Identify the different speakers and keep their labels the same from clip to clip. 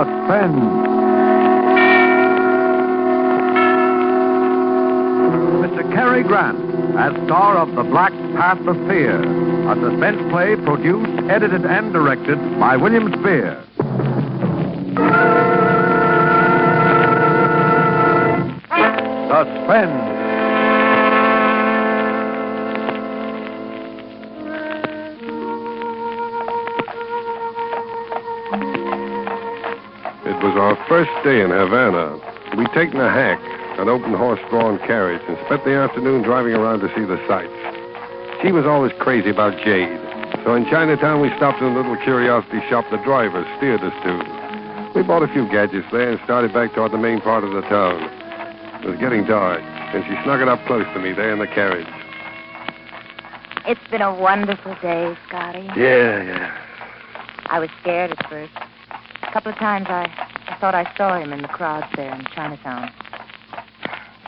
Speaker 1: Suspense. Mr. Cary Grant as star of The Black Path of Fear, a suspense play produced, edited, and directed by William Spear. Suspense.
Speaker 2: It was our first day in Havana. We'd taken a hack, an open horse drawn carriage, and spent the afternoon driving around to see the sights. She was always crazy about jade, so in Chinatown we stopped in a little curiosity shop the driver steered us to. We bought a few gadgets there and started back toward the main part of the town. It was getting dark, and she snuggled up close to me there in the carriage.
Speaker 3: It's been a wonderful day, Scotty.
Speaker 2: Yeah, yeah.
Speaker 3: I was scared at first. A couple of times I, I thought I saw him in the crowds there in Chinatown.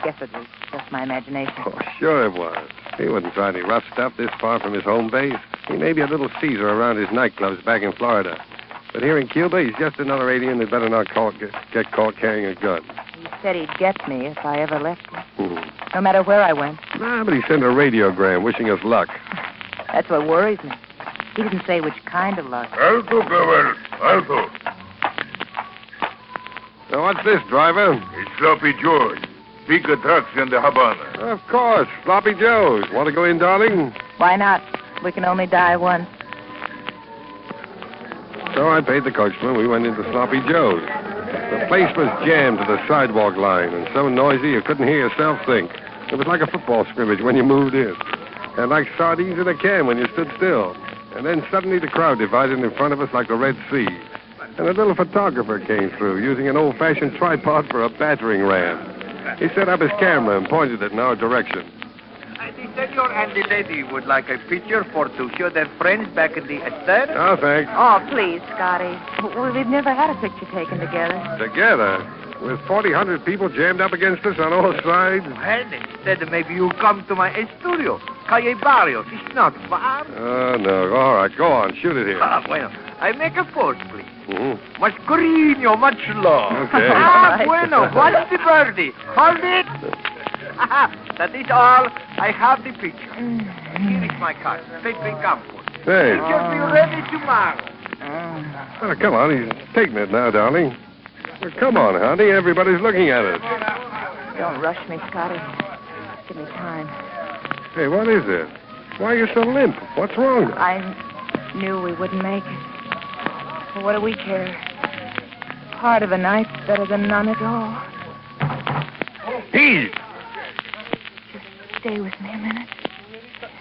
Speaker 3: Guess it was just my imagination.
Speaker 2: Oh, sure it was. He wouldn't try any rough stuff this far from his home base. He may be a little Caesar around his nightclubs back in Florida. But here in Cuba, he's just another alien that better not caught, get, get caught carrying a gun.
Speaker 3: He said he'd get me if I ever left him,
Speaker 2: Mhm.
Speaker 3: no matter where I went.
Speaker 2: Nah, but he sent a radiogram wishing us luck.
Speaker 3: That's what worries me. He didn't say which kind of luck.
Speaker 4: Alto, Cabal. Alto.
Speaker 2: Now, what's this, driver?
Speaker 4: It's Sloppy George. Big attraction, the Havana.
Speaker 2: Of course, Floppy Joe's. Want to go in, darling?
Speaker 3: Why not? We can only die once.
Speaker 2: So I paid the coachman. We went into Sloppy Joe's. The place was jammed to the sidewalk line and so noisy you couldn't hear yourself think. It was like a football scrimmage when you moved in, and like sardines in a can when you stood still. And then suddenly the crowd divided in front of us like the Red Sea. And a little photographer came through using an old fashioned tripod for a battering ram. He set up his camera and pointed it in our direction.
Speaker 5: The senor and the lady would like a picture for to show their friends back in the estate.
Speaker 2: Oh, thanks.
Speaker 3: Oh, please, Scotty. We- We've never had a picture taken together.
Speaker 2: Together, with 1,400 people jammed up against us on all sides.
Speaker 5: Well, instead, maybe you come to my studio, Calle Barrios. It's not far.
Speaker 2: Oh, no. All right, go on. Shoot it here.
Speaker 5: Ah, bueno. I make a pose, please.
Speaker 2: Mhm.
Speaker 5: Much cariño, much love.
Speaker 2: Okay.
Speaker 5: Ah, bueno. What's the birdie? Hold it. Ah, that is all. I have the picture. Here is my card. Take the campo.
Speaker 2: Hey,
Speaker 5: It should be ready tomorrow.
Speaker 2: oh, come on. He's taking it now, darling. Well, come on, honey. Everybody's looking at it.
Speaker 3: Don't rush me, Scotty. Give me time.
Speaker 2: Hey, what is it? Why are you so limp? What's wrong?
Speaker 3: I knew we wouldn't make it. But what do we care? Part of a night's better than none at all.
Speaker 2: He's
Speaker 3: Stay with me a minute.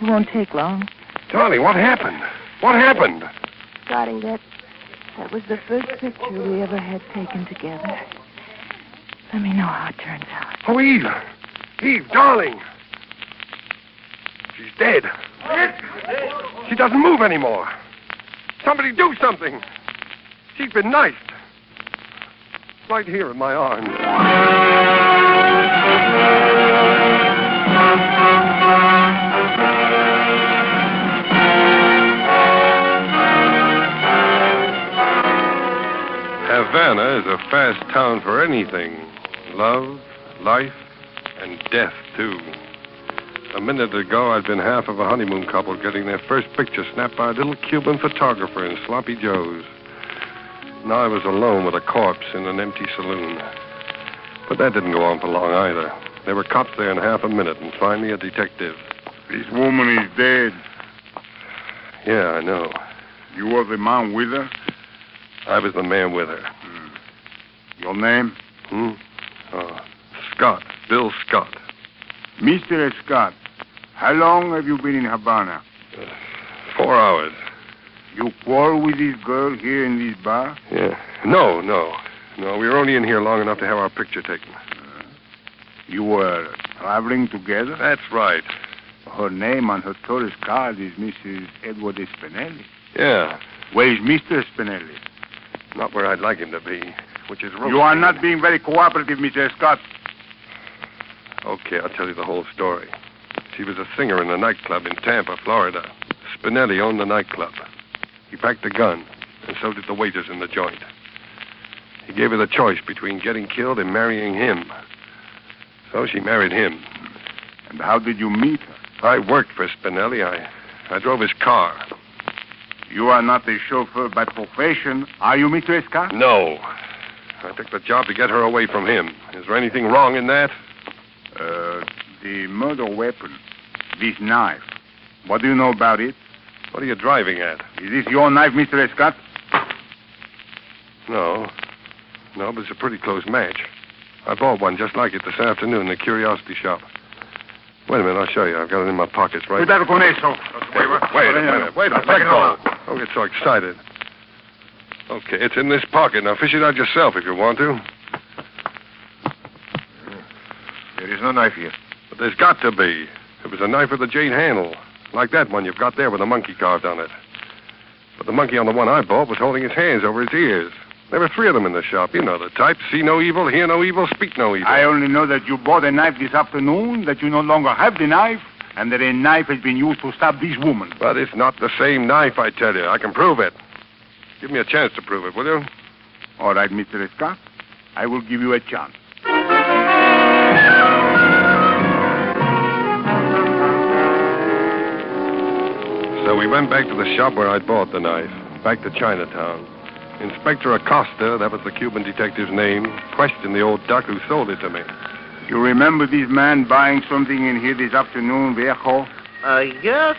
Speaker 3: It won't take long.
Speaker 2: Tony, what happened? What happened?
Speaker 3: Scotty, that that was the first picture we ever had taken together. Let me know how it turns out.
Speaker 2: Oh, Eve. Eve, darling. She's dead. She doesn't move anymore. Somebody do something. She's been knifed. Right here in my arms. Havana is a fast town for anything love, life, and death, too. A minute ago, I'd been half of a honeymoon couple getting their first picture snapped by a little Cuban photographer in Sloppy Joe's. Now I was alone with a corpse in an empty saloon. But that didn't go on for long either. There were cops there in half a minute, and finally a detective.
Speaker 4: This woman is dead.
Speaker 2: Yeah, I know.
Speaker 4: You are the man with her.
Speaker 2: I was the man with her.
Speaker 4: Your name?
Speaker 2: Hmm? Oh, Scott. Bill Scott.
Speaker 4: Mr. Scott. How long have you been in Havana?
Speaker 2: Four hours.
Speaker 4: You quarrel with this girl here in this bar?
Speaker 2: Yeah. No, no. No, we were only in here long enough to have our picture taken.
Speaker 4: You were traveling together?
Speaker 2: That's right.
Speaker 4: Her name on her tourist card is Mrs. Edward Spinelli.
Speaker 2: Yeah.
Speaker 4: Where is Mr. Spinelli?
Speaker 2: Not where I'd like him to be, which is
Speaker 4: You are not being very cooperative, Mr. Scott.
Speaker 2: Okay, I'll tell you the whole story. She was a singer in a nightclub in Tampa, Florida. Spinelli owned the nightclub. He packed a gun, and so did the waiters in the joint. He gave her the choice between getting killed and marrying him. So she married him.
Speaker 4: And how did you meet her?
Speaker 2: I worked for Spinelli. I, I drove his car.
Speaker 4: You are not a chauffeur by profession. Are you, Mr. Escar?
Speaker 2: No. I took the job to get her away from him. Is there anything wrong in that?
Speaker 4: Uh, the murder weapon, this knife. What do you know about it?
Speaker 2: What are you driving at?
Speaker 4: Is this your knife, Mr. Escott?
Speaker 2: No. No, but it's a pretty close match. I bought one just like it this afternoon in the curiosity shop. Wait a minute, I'll show you. I've got it in my pockets right
Speaker 4: Cuidado con eso.
Speaker 2: Wait, wait, wait a minute. Wait a minute. Let go. Don't get so excited. Okay, it's in this pocket. Now fish it out yourself if you want to.
Speaker 6: There is no knife here.
Speaker 2: But there's got to be. It was a knife with a jade handle, like that one you've got there with a monkey carved on it. But the monkey on the one I bought was holding his hands over his ears. There were three of them in the shop. You know the type. See no evil, hear no evil, speak no evil.
Speaker 4: I only know that you bought a knife this afternoon, that you no longer have the knife, and that a knife has been used to stab this woman.
Speaker 2: But it's not the same knife, I tell you. I can prove it. Give me a chance to prove it, will you?
Speaker 4: All right, Mr. Escott. I will give you a chance.
Speaker 2: So we went back to the shop where I'd bought the knife, back to Chinatown. Inspector Acosta, that was the Cuban detective's name, questioned the old duck who sold it to me.
Speaker 4: You remember this man buying something in here this afternoon, Viejo?
Speaker 5: Uh, yes.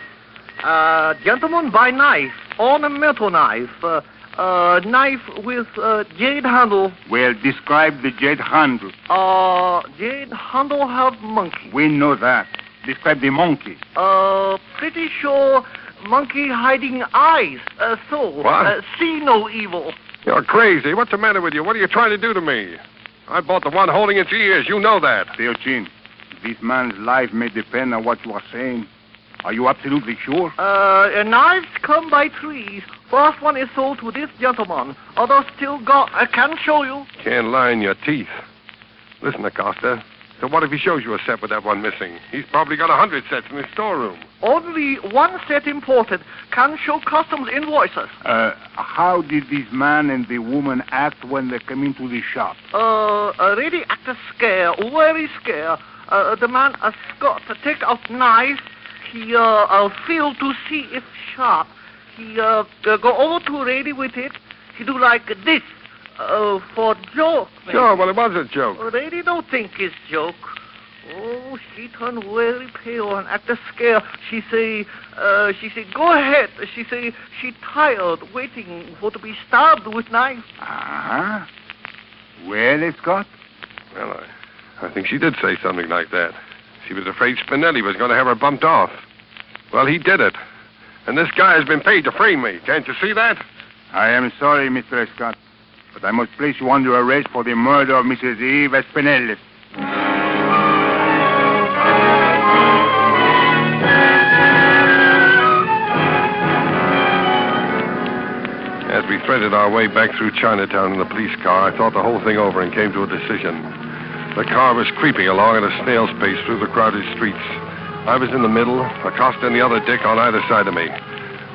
Speaker 5: Uh, gentleman by knife, ornamental knife. Uh, uh, knife with uh, jade handle.
Speaker 4: Well, describe the jade handle.
Speaker 5: Uh, jade handle have monkey.
Speaker 4: We know that. Describe the monkey.
Speaker 5: Uh, pretty sure monkey hiding eyes. Uh, so,
Speaker 2: What?
Speaker 5: Uh, see no evil.
Speaker 2: You're crazy. What's the matter with you? What are you trying to do to me? I bought the one holding its ears. You know that.
Speaker 4: Theochin, this man's life may depend on what you are saying. Are you absolutely sure?
Speaker 5: Uh, uh, knives come by trees. First one is sold to this gentleman. Other still got. I can show you.
Speaker 2: Can't lie in your teeth. Listen, Acosta. So what if he shows you a set with that one missing? He's probably got a hundred sets in his storeroom.
Speaker 5: Only one set imported can show customs invoices.
Speaker 4: Uh, how did this man and the woman act when they came into the shop?
Speaker 5: Uh, uh, really act a scare, very scare. Uh, the man uh, Scott uh, take out knife. He uh, uh feel to see if sharp. He uh, uh go over to ready with it. He do like this uh, for joke. man.
Speaker 2: Sure, well, it was a joke.
Speaker 5: Lady don't think it's joke. Oh, she turn very pale and at the scare she say, uh, she say, go ahead. She say she tired waiting for to be stabbed with knife.
Speaker 4: Uh-huh. Well, Scott,
Speaker 2: Well, I, I think she did say something like that. She was afraid Spinelli was going to have her bumped off. Well, he did it. And this guy has been paid to frame me. Can't you see that?
Speaker 4: I am sorry, Mr. Scott, but I must place you under arrest for the murder of Mrs. Eve Espinel.
Speaker 2: As we threaded our way back through Chinatown in the police car, I thought the whole thing over and came to a decision. The car was creeping along at a snail's pace through the crowded streets. I was in the middle, Acosta and the other dick on either side of me.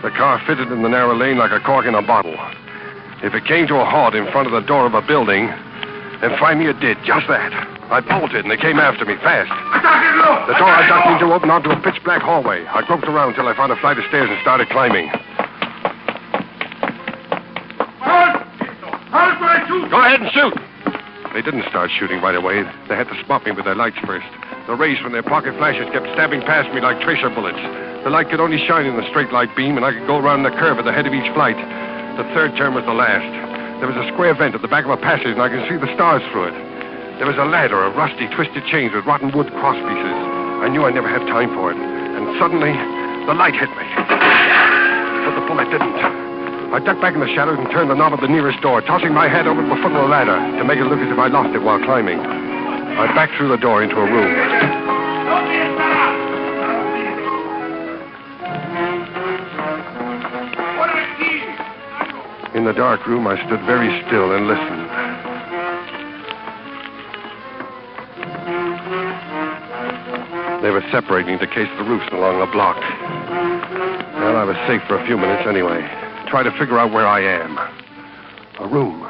Speaker 2: The car fitted in the narrow lane like a cork in a bottle. If it came to a halt in front of the door of a building, then finally it did, just that. I bolted and they came after me fast. The door I ducked into opened onto a pitch black hallway. I groped around until I found a flight of stairs and started climbing. Go ahead and shoot. They didn't start shooting right away. They had to spot me with their lights first. The rays from their pocket flashes kept stabbing past me like tracer bullets. The light could only shine in the straight light beam, and I could go around the curve at the head of each flight. The third turn was the last. There was a square vent at the back of a passage, and I could see the stars through it. There was a ladder of rusty, twisted chains with rotten wood cross pieces. I knew I'd never have time for it. And suddenly, the light hit me. But the bullet didn't. I ducked back in the shadows and turned the knob of the nearest door, tossing my head over the foot of the ladder to make it look as if I lost it while climbing. I backed through the door into a room. In the dark room, I stood very still and listened. They were separating to case the roofs along the block. Well, I was safe for a few minutes anyway. Try to figure out where I am. A room.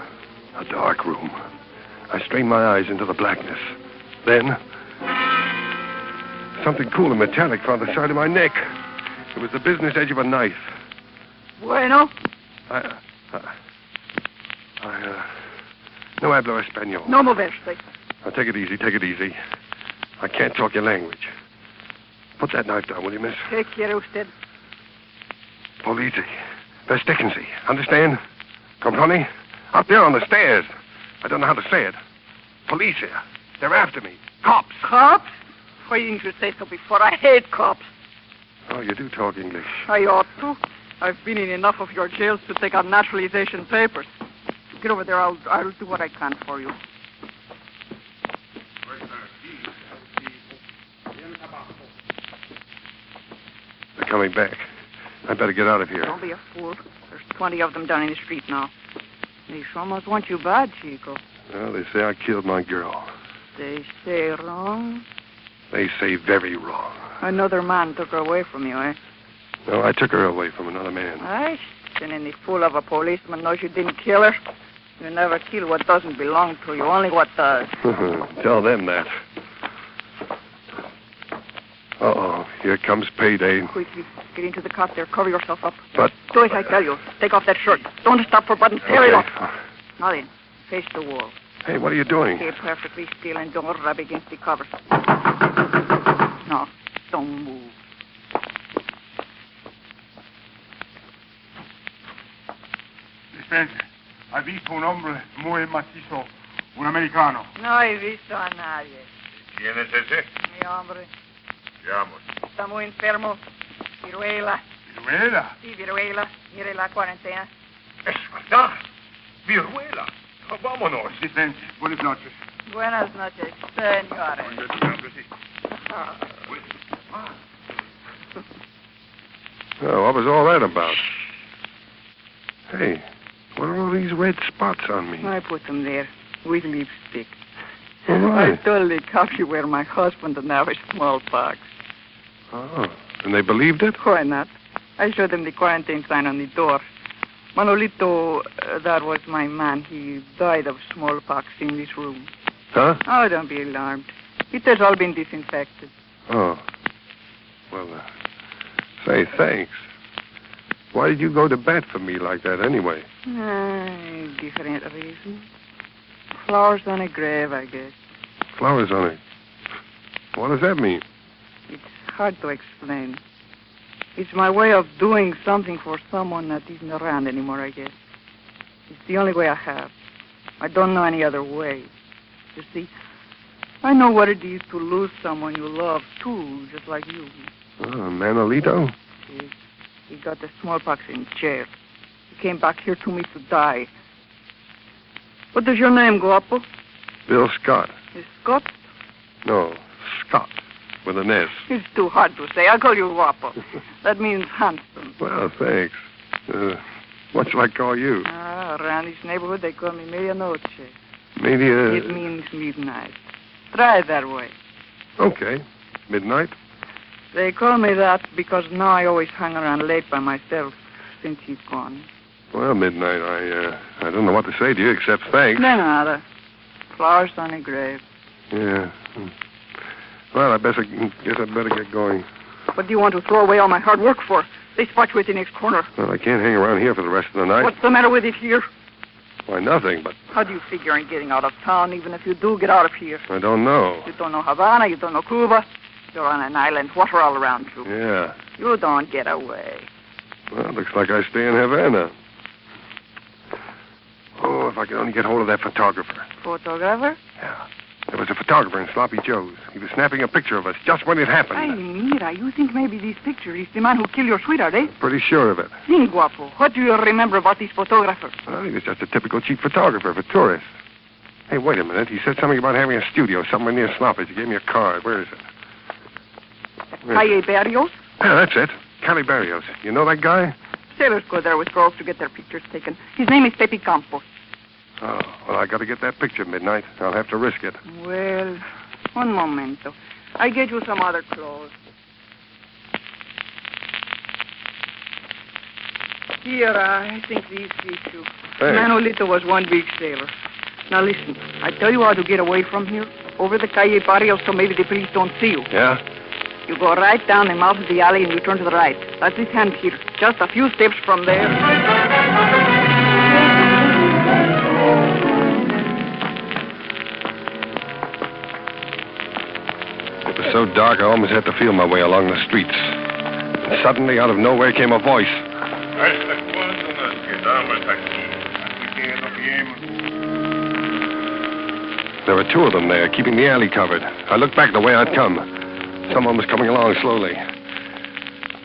Speaker 2: A A dark room. I strained my eyes into the blackness. Then, something cool and metallic found the side of my neck. It was the business edge of a knife.
Speaker 5: Bueno.
Speaker 2: I. I. I uh, no hablo español.
Speaker 5: No moveste.
Speaker 2: Now, take it easy, take it easy. I can't talk your language. Put that knife down, will you, miss?
Speaker 5: ¿Qué quiere usted?
Speaker 2: Polizzi. Verstecken Sie. Understand? Comprone? Up there on the stairs. I don't know how to say it. Police here. They're after me. Cops.
Speaker 5: Cops? Why didn't you say so before? I hate cops.
Speaker 2: Oh, you do talk English.
Speaker 5: I ought to. I've been in enough of your jails to take out naturalization papers. Get over there. I'll, I'll do what I can for you.
Speaker 2: They're coming back. I better get out of here.
Speaker 5: Don't be a fool. There's 20 of them down in the street now. They sure must want you bad, Chico.
Speaker 2: Well, they say I killed my girl.
Speaker 5: They say wrong.
Speaker 2: They say very wrong.
Speaker 5: Another man took her away from you, eh?
Speaker 2: No, I took her away from another man.
Speaker 5: Aye. And any fool of a policeman knows you didn't kill her. You never kill what doesn't belong to you, only what does.
Speaker 2: Tell them that. Uh-oh. Here comes payday.
Speaker 5: Quickly, get into the cop there. Cover yourself up.
Speaker 2: But...
Speaker 5: Do as I tell you. Take off that shirt. Don't stop for buttons. Tear it off.
Speaker 2: Okay.
Speaker 5: Now then, face the wall.
Speaker 2: Hey, what are you doing?
Speaker 5: Stay perfectly still and don't rub against the covers. No, don't move.
Speaker 4: Dispense. Ha visto un hombre muy macizo, un americano.
Speaker 5: No he visto a nadie.
Speaker 6: ¿Quién es ese?
Speaker 5: Mi hombre
Speaker 6: Llamo.
Speaker 5: está muy enfermo. Viruela.
Speaker 4: Viruela.
Speaker 5: Sí, viruela. Mire la cuarentena.
Speaker 6: Es verdad. Viruela.
Speaker 7: Ah,
Speaker 6: Vámonos.
Speaker 4: Dispense. Buenas noches.
Speaker 5: Buenas noches, señores.
Speaker 7: Ah,
Speaker 2: Oh, what was all that about? Hey, what are all these red spots on me? Oh,
Speaker 5: I put them there with lipstick.
Speaker 2: All
Speaker 5: I
Speaker 2: right.
Speaker 5: told the cops you were my husband and I was smallpox.
Speaker 2: Oh, and they believed it?
Speaker 5: Why not? I showed them the quarantine sign on the door. Manolito, uh, that was my man. He died of smallpox in this room.
Speaker 2: Huh?
Speaker 5: Oh, don't be alarmed. It has all been disinfected.
Speaker 2: Oh. Well, uh, say thanks. Why did you go to bat for me like that anyway?
Speaker 5: Ah, different reason. Flowers on a grave, I guess.
Speaker 2: Flowers on it. What does that mean?
Speaker 5: It's hard to explain. It's my way of doing something for someone that isn't around anymore, I guess. It's the only way I have. I don't know any other way. You see, I know what it is to lose someone you love, too, just like you.
Speaker 2: Oh, Manolito?
Speaker 5: He, he got the smallpox in jail. He came back here to me to die. What is your name, Guapo?
Speaker 2: Bill Scott.
Speaker 5: Is Scott?
Speaker 2: No, Scott. With an S.
Speaker 5: It's too hard to say. I'll call you Guapo. That means handsome.
Speaker 2: Well, thanks. Uh, what shall I call you?
Speaker 5: Ah, around this neighborhood, they call me Medianoche.
Speaker 2: Maybe uh,
Speaker 5: it means midnight. Try it that way.
Speaker 2: Okay. Midnight?
Speaker 5: They call me that because now I always hang around late by myself since he's gone.
Speaker 2: Well, midnight. I uh, I don't know what to say to you except thanks.
Speaker 5: No nada. Flowers on a grave.
Speaker 2: Yeah. Hmm. Well, I better mm, guess I better get going.
Speaker 5: What do you want to throw away all my hard work for? They spot you at the next corner.
Speaker 2: Well, I can't hang around here for the rest of the night.
Speaker 5: What's the matter with it here?
Speaker 2: Why, nothing. But
Speaker 5: How do you figure on getting out of town, even if you do get out of here?
Speaker 2: I don't know.
Speaker 5: You don't know Havana, you don't know Cuba. You're on an island, water all around you.
Speaker 2: Yeah.
Speaker 5: You don't get away.
Speaker 2: Well, looks like I stay in Havana. Oh, if I could only get hold of that photographer.
Speaker 5: Photographer?
Speaker 2: Yeah. There was a photographer in Sloppy Joe's. He was snapping a picture of us just when it
Speaker 5: Ay,
Speaker 2: happened.
Speaker 5: mira, you think maybe this picture is the man who killed your sweetheart, eh?
Speaker 2: Pretty sure of it.
Speaker 5: Sing, guapo. What do you remember about this photographer?
Speaker 2: Well, he was just a typical cheap photographer for tourists. Hey, wait a minute. He said something about having a studio somewhere near Sloppy's. He gave me a card. Where is it? Where is it?
Speaker 5: Calle Barrios?
Speaker 2: Yeah, that's it. Calibarios. You know that guy?
Speaker 5: Sailors go there with girls to get their pictures taken. His name is Pepe Campos.
Speaker 2: Oh, well, I got to get that picture midnight. I'll have to risk it.
Speaker 5: Well, un momento. I get you some other clothes. Here, I think these fit you.
Speaker 2: Thanks.
Speaker 5: Manolito was one big sailor. Now listen, I tell you how to get away from here. Over the Calle Barrio so maybe the police don't see you.
Speaker 2: Yeah?
Speaker 5: You go right down and out of the alley and you turn to the right. That's this hand here. Just a few steps from there.
Speaker 2: It was so dark I almost had to feel my way along the streets. And suddenly, out of nowhere came a voice.
Speaker 8: Hasta cuándo nos quedamos aquí? Aquí que nos viemos.
Speaker 2: There were two of them there, keeping the alley covered. I looked back the way I'd come. Someone was coming along slowly.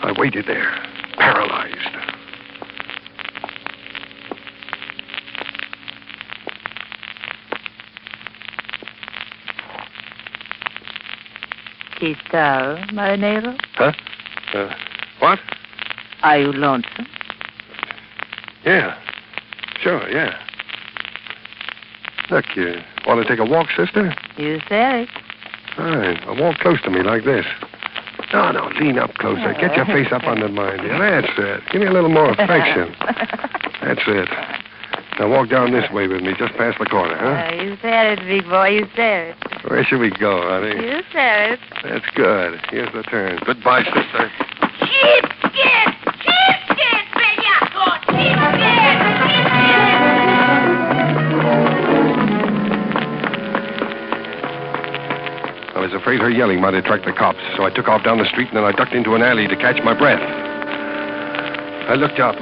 Speaker 2: I waited there, paralyzed.
Speaker 3: ¿Qué tal, marinero?
Speaker 2: Huh? Uh, what?
Speaker 3: Are you lonesome?
Speaker 2: Yeah. Sure, yeah. Look, you want to take a walk, sister?
Speaker 3: You said it.
Speaker 2: Fine. Now walk close to me like this. No, no, lean up closer. Get your face up under mine. Yeah, that's it. Give me a little more affection. That's it. Now walk down this way with me, just past the corner, huh?
Speaker 3: Uh, you said it, big boy. You said it.
Speaker 2: Where should we go, honey?
Speaker 3: You said it.
Speaker 2: That's good. Here's the turn. Goodbye, sister.
Speaker 9: Cheapskate! Cheapskate, Beniaco! Cheapskate! Cheapskate!
Speaker 2: I was afraid her yelling might attract the cops, so I took off down the street and then I ducked into an alley to catch my breath. I looked up.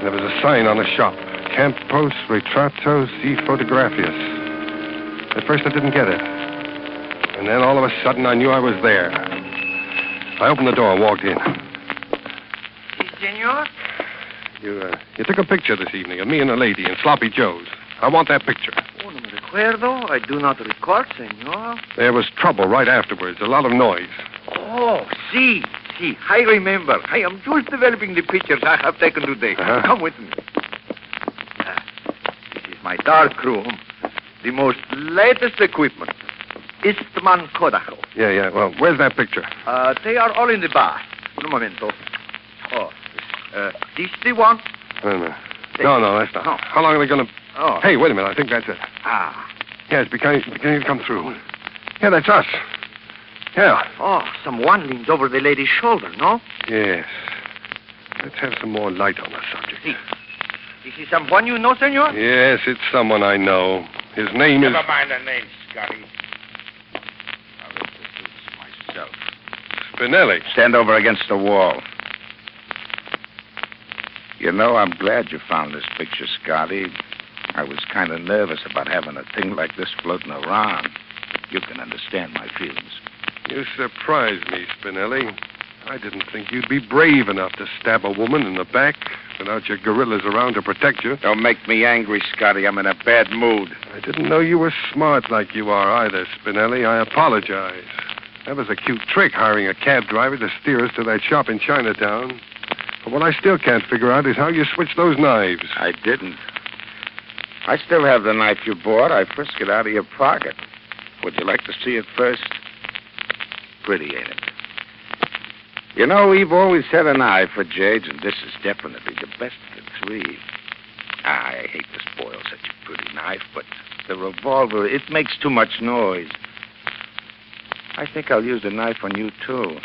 Speaker 2: There was a sign on a shop. Campos Retratos y Fotografias. At first I didn't get it. And then all of a sudden I knew I was there. I opened the door and walked in.
Speaker 4: Senor?
Speaker 2: You, uh, you took a picture this evening of me and a lady in Sloppy Joe's. I want that picture.
Speaker 4: Oh, no me recuerdo. I do not recall, senor.
Speaker 2: There was trouble right afterwards, a lot of noise.
Speaker 4: Oh, see, see. I remember. I am just developing the pictures I have taken today.
Speaker 2: Uh-huh.
Speaker 4: Come with me. Ah, This is my dark room. The most latest equipment. Istman Kodacho.
Speaker 2: Yeah, yeah. Well, where's that picture?
Speaker 4: Uh, they are all in the bar. Un momento. Oh, uh, this the one?
Speaker 2: No, no. No, no, that's not. How long are they going to...
Speaker 4: Oh.
Speaker 2: Hey, wait a minute. I think that's it.
Speaker 4: Ah.
Speaker 2: Yeah, it's beginning, beginning to come through. Yeah, that's us. Yeah.
Speaker 4: Oh, someone leans over the lady's shoulder, no?
Speaker 2: Yes. Let's have some more light on the subject.
Speaker 4: This is someone you know, senor?
Speaker 2: Yes, it's someone I know. His name is...
Speaker 8: Never mind the name, Scotty. I'll introduce myself.
Speaker 2: Spinelli.
Speaker 7: Stand over against the wall. You know, I'm glad you found this picture, Scotty. I was kind of nervous about having a thing like this floating around. You can understand my feelings.
Speaker 2: You surprise me, Spinelli. I didn't think you'd be brave enough to stab a woman in the back without your gorillas around to protect you.
Speaker 7: Don't make me angry, Scotty. I'm in a bad mood.
Speaker 2: I didn't know you were smart like you are either, Spinelli. I apologize. That was a cute trick, hiring a cab driver to steer us to that shop in Chinatown. But what I still can't figure out is how you switched those knives.
Speaker 7: I didn't. I still have the knife you bought. I frisked it out of your pocket. Would you like to see it first? Pretty, ain't it? You know, we've always had an eye for jades, and this is definitely the best of the three. Ah, I hate to spoil such a pretty knife, but the revolver, it makes too much noise. I think I'll use the knife on you, too.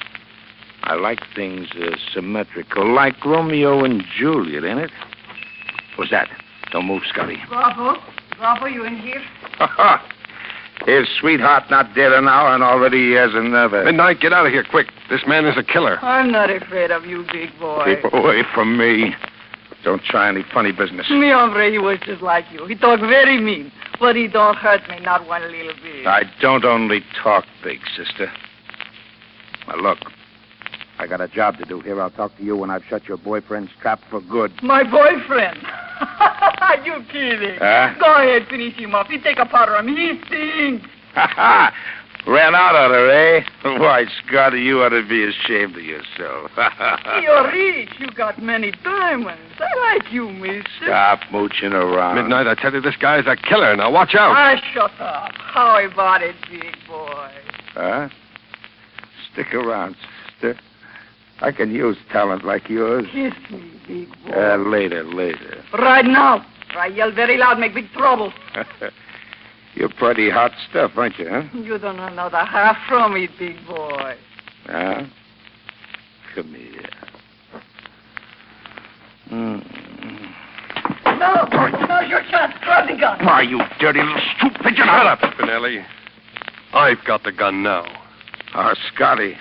Speaker 7: I like things uh, symmetrical, like Romeo and Juliet, ain't it? What's that? Don't move, Scotty.
Speaker 5: Bravo. Bravo, you in here?
Speaker 7: His sweetheart not dead an hour and already he has another.
Speaker 2: Midnight, get out of here quick. This man is a killer.
Speaker 5: I'm not afraid of you, big boy.
Speaker 7: Keep away from me. Don't try any funny business.
Speaker 5: Me, hombre, he was just like you. He talk very mean, but he don't hurt me, not one little bit.
Speaker 7: I don't only talk, big sister. Now look, I got a job to do here. I'll talk to you when I've shut your boyfriend's trap for good.
Speaker 5: My boyfriend. you kidding?
Speaker 4: Uh,
Speaker 7: Huh?
Speaker 5: Go ahead, finish him off. He take a powder on me. He stinks.
Speaker 7: Ha ha! Ran out on her, eh? Why, Scotty, you ought to be ashamed of yourself.
Speaker 5: You're rich. You got many diamonds. I like you, mister.
Speaker 7: Stop mooching around.
Speaker 2: Midnight, I tell you, this guy's a killer. Now watch out.
Speaker 5: Ah, shut up. How about it, big boy?
Speaker 7: Huh? Stick around, sister. I can use talent like yours.
Speaker 5: Kiss me, big boy.
Speaker 4: Um.
Speaker 7: Uh, later, later.
Speaker 5: right now. I yell very loud, make big trouble.
Speaker 7: You're pretty hot stuff, aren't you, huh?
Speaker 5: You don't know the half from it, big boy.
Speaker 7: Huh? Come here. Mm.
Speaker 5: No, no, you can't. Grab the gun.
Speaker 7: Why, Ah, you dirty little stoop pigeon.
Speaker 2: Shut up, Spinelli. I've got the gun now.
Speaker 7: Oh, Scotty.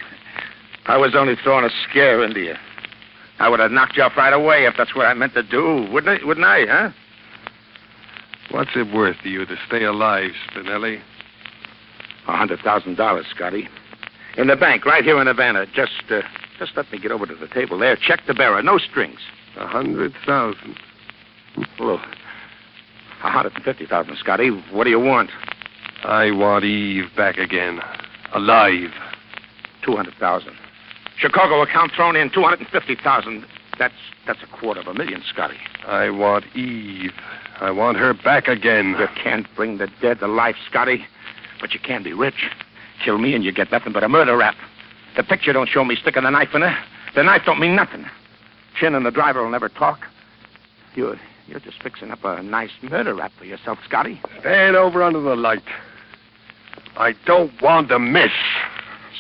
Speaker 7: I was only throwing a scare into you. I would have knocked you off right away if that's what I meant to do, wouldn't I, wouldn't I huh?
Speaker 2: What's it worth to you to stay alive, Spinelli?
Speaker 7: A hundred thousand dollars, Scotty. In the bank, right here in Havana. Just, uh, just let me get over to the table there. Check the bearer. No strings.
Speaker 2: A hundred thousand.
Speaker 7: Look, a hundred and fifty thousand, Scotty. What do you want?
Speaker 2: I want Eve back again. Alive.
Speaker 7: Two hundred thousand. Chicago account thrown in two hundred and fifty thousand. That's that's a quarter of a million, Scotty.
Speaker 2: I want Eve. I want her back again.
Speaker 7: You can't bring the dead to life, Scotty. But you can be rich. Kill me and you get nothing but a murder rap. The picture don't show me sticking the knife in her. The knife don't mean nothing. Chin and the driver will never talk. You're you're just fixing up a nice murder rap for yourself, Scotty.
Speaker 2: Stand over under the light. I don't want to miss.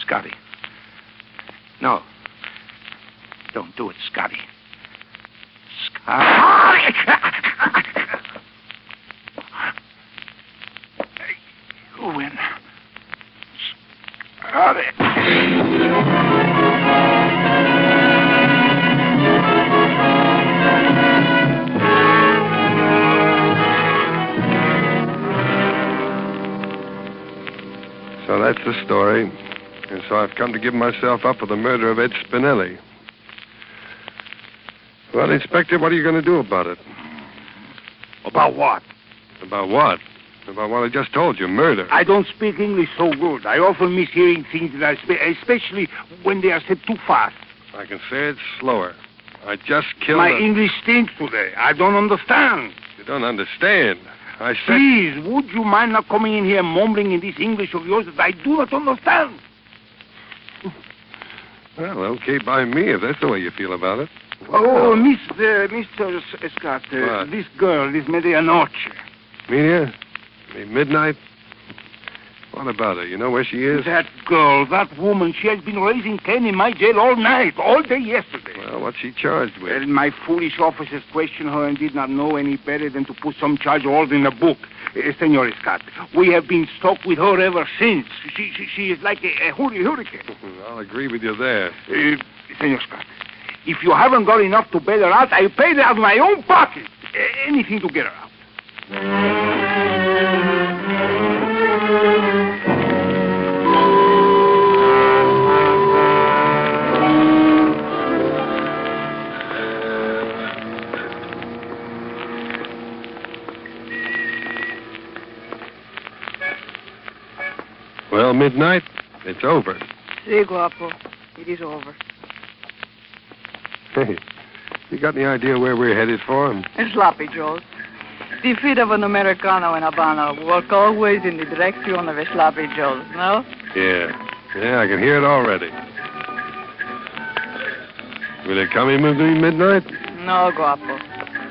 Speaker 7: Scotty. No. Don't do it, Scotty. Scotty! you win. Scotty.
Speaker 2: So that's the story. And so I've come to give myself up for the murder of Ed Spinelli. Well, Inspector, what are you going to do about it?
Speaker 4: About what?
Speaker 2: About what? About what I just told you, murder.
Speaker 4: I don't speak English so good. I often miss hearing things that I spe- especially when they are said too fast.
Speaker 2: I can say it slower. I just killed
Speaker 4: My
Speaker 2: a-
Speaker 4: English stinks today. I don't understand.
Speaker 2: You don't understand. I said...
Speaker 4: Please, would you mind not coming in here mumbling in this English of yours that I do not understand?
Speaker 2: Well, okay by me, if that's the way you feel about it.
Speaker 4: Oh, Miss, uh, Mr. S- Scott, uh,
Speaker 2: What?
Speaker 4: this girl is Medianoche.
Speaker 2: Media? Midnight? What about her? You know where she is?
Speaker 4: That girl, that woman, she has been raising Cain in my jail all night, all day yesterday.
Speaker 2: Well, what's she charged with?
Speaker 4: Well, my foolish officers questioned her and did not know any better than to put some charge all in the book. Uh, Senor Scott, we have been stuck with her ever since. She, she, she is like a, a hurri- hurricane.
Speaker 2: I'll agree with you there.
Speaker 4: Uh, Senor Scott, if you haven't got enough to bail her out, I paid her out of my own pocket. A- anything to get her out.
Speaker 2: Well, midnight, it's over.
Speaker 5: Si, guapo. It is over.
Speaker 2: Hey, you got any idea where we're headed for?
Speaker 5: And sloppy joes. The feet of an Americano in Havana walk always in the direction of a sloppy joes, no?
Speaker 2: Yeah. Yeah, I can hear it already. Will it come in between midnight?
Speaker 5: No, guapo.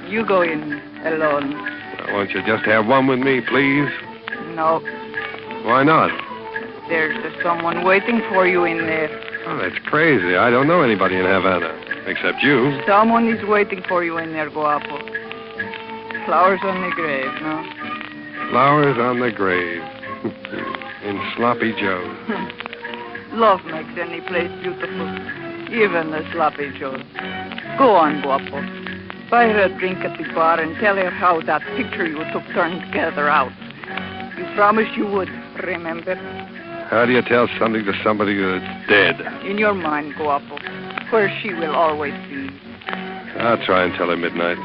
Speaker 5: You go in alone.
Speaker 2: Why won't you just have one with me, please?
Speaker 5: No,
Speaker 2: Why not?
Speaker 5: there's someone waiting for you in there.
Speaker 2: Oh, that's crazy. I don't know anybody in Havana except you.
Speaker 5: Someone is waiting for you in there, guapo. Flowers on the grave, no?
Speaker 2: Flowers on the grave. in Sloppy Joe.
Speaker 5: Love makes any place beautiful, even the sloppy Joe. Go on, Guapo. Buy her a drink at the bar and tell her how that picture you took turned together out. You promised you would, remember?
Speaker 2: How do you tell something to somebody that's dead?
Speaker 5: In your mind, Guapo, where she will always be.
Speaker 2: I'll try and tell her midnight.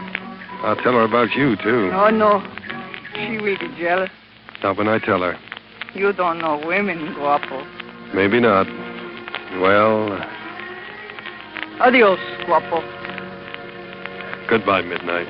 Speaker 2: I'll tell her about you, too.
Speaker 5: Oh, no. She will be jealous.
Speaker 2: Not when I tell her.
Speaker 5: You don't know women, Guapo.
Speaker 2: Maybe not. Well,
Speaker 5: Adios, Guapo.
Speaker 2: goodbye, midnight.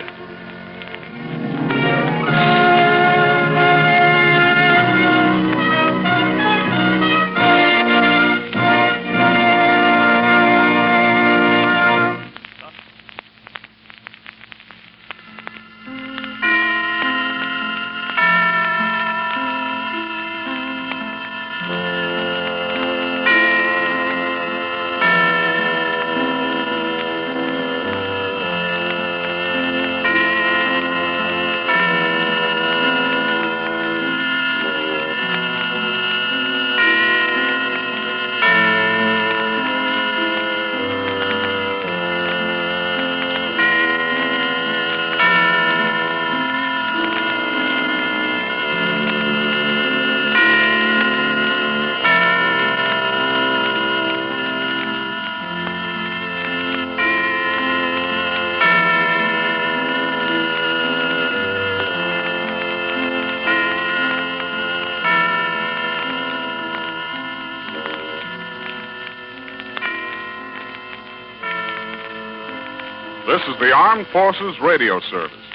Speaker 4: This is the Armed Forces Radio Service.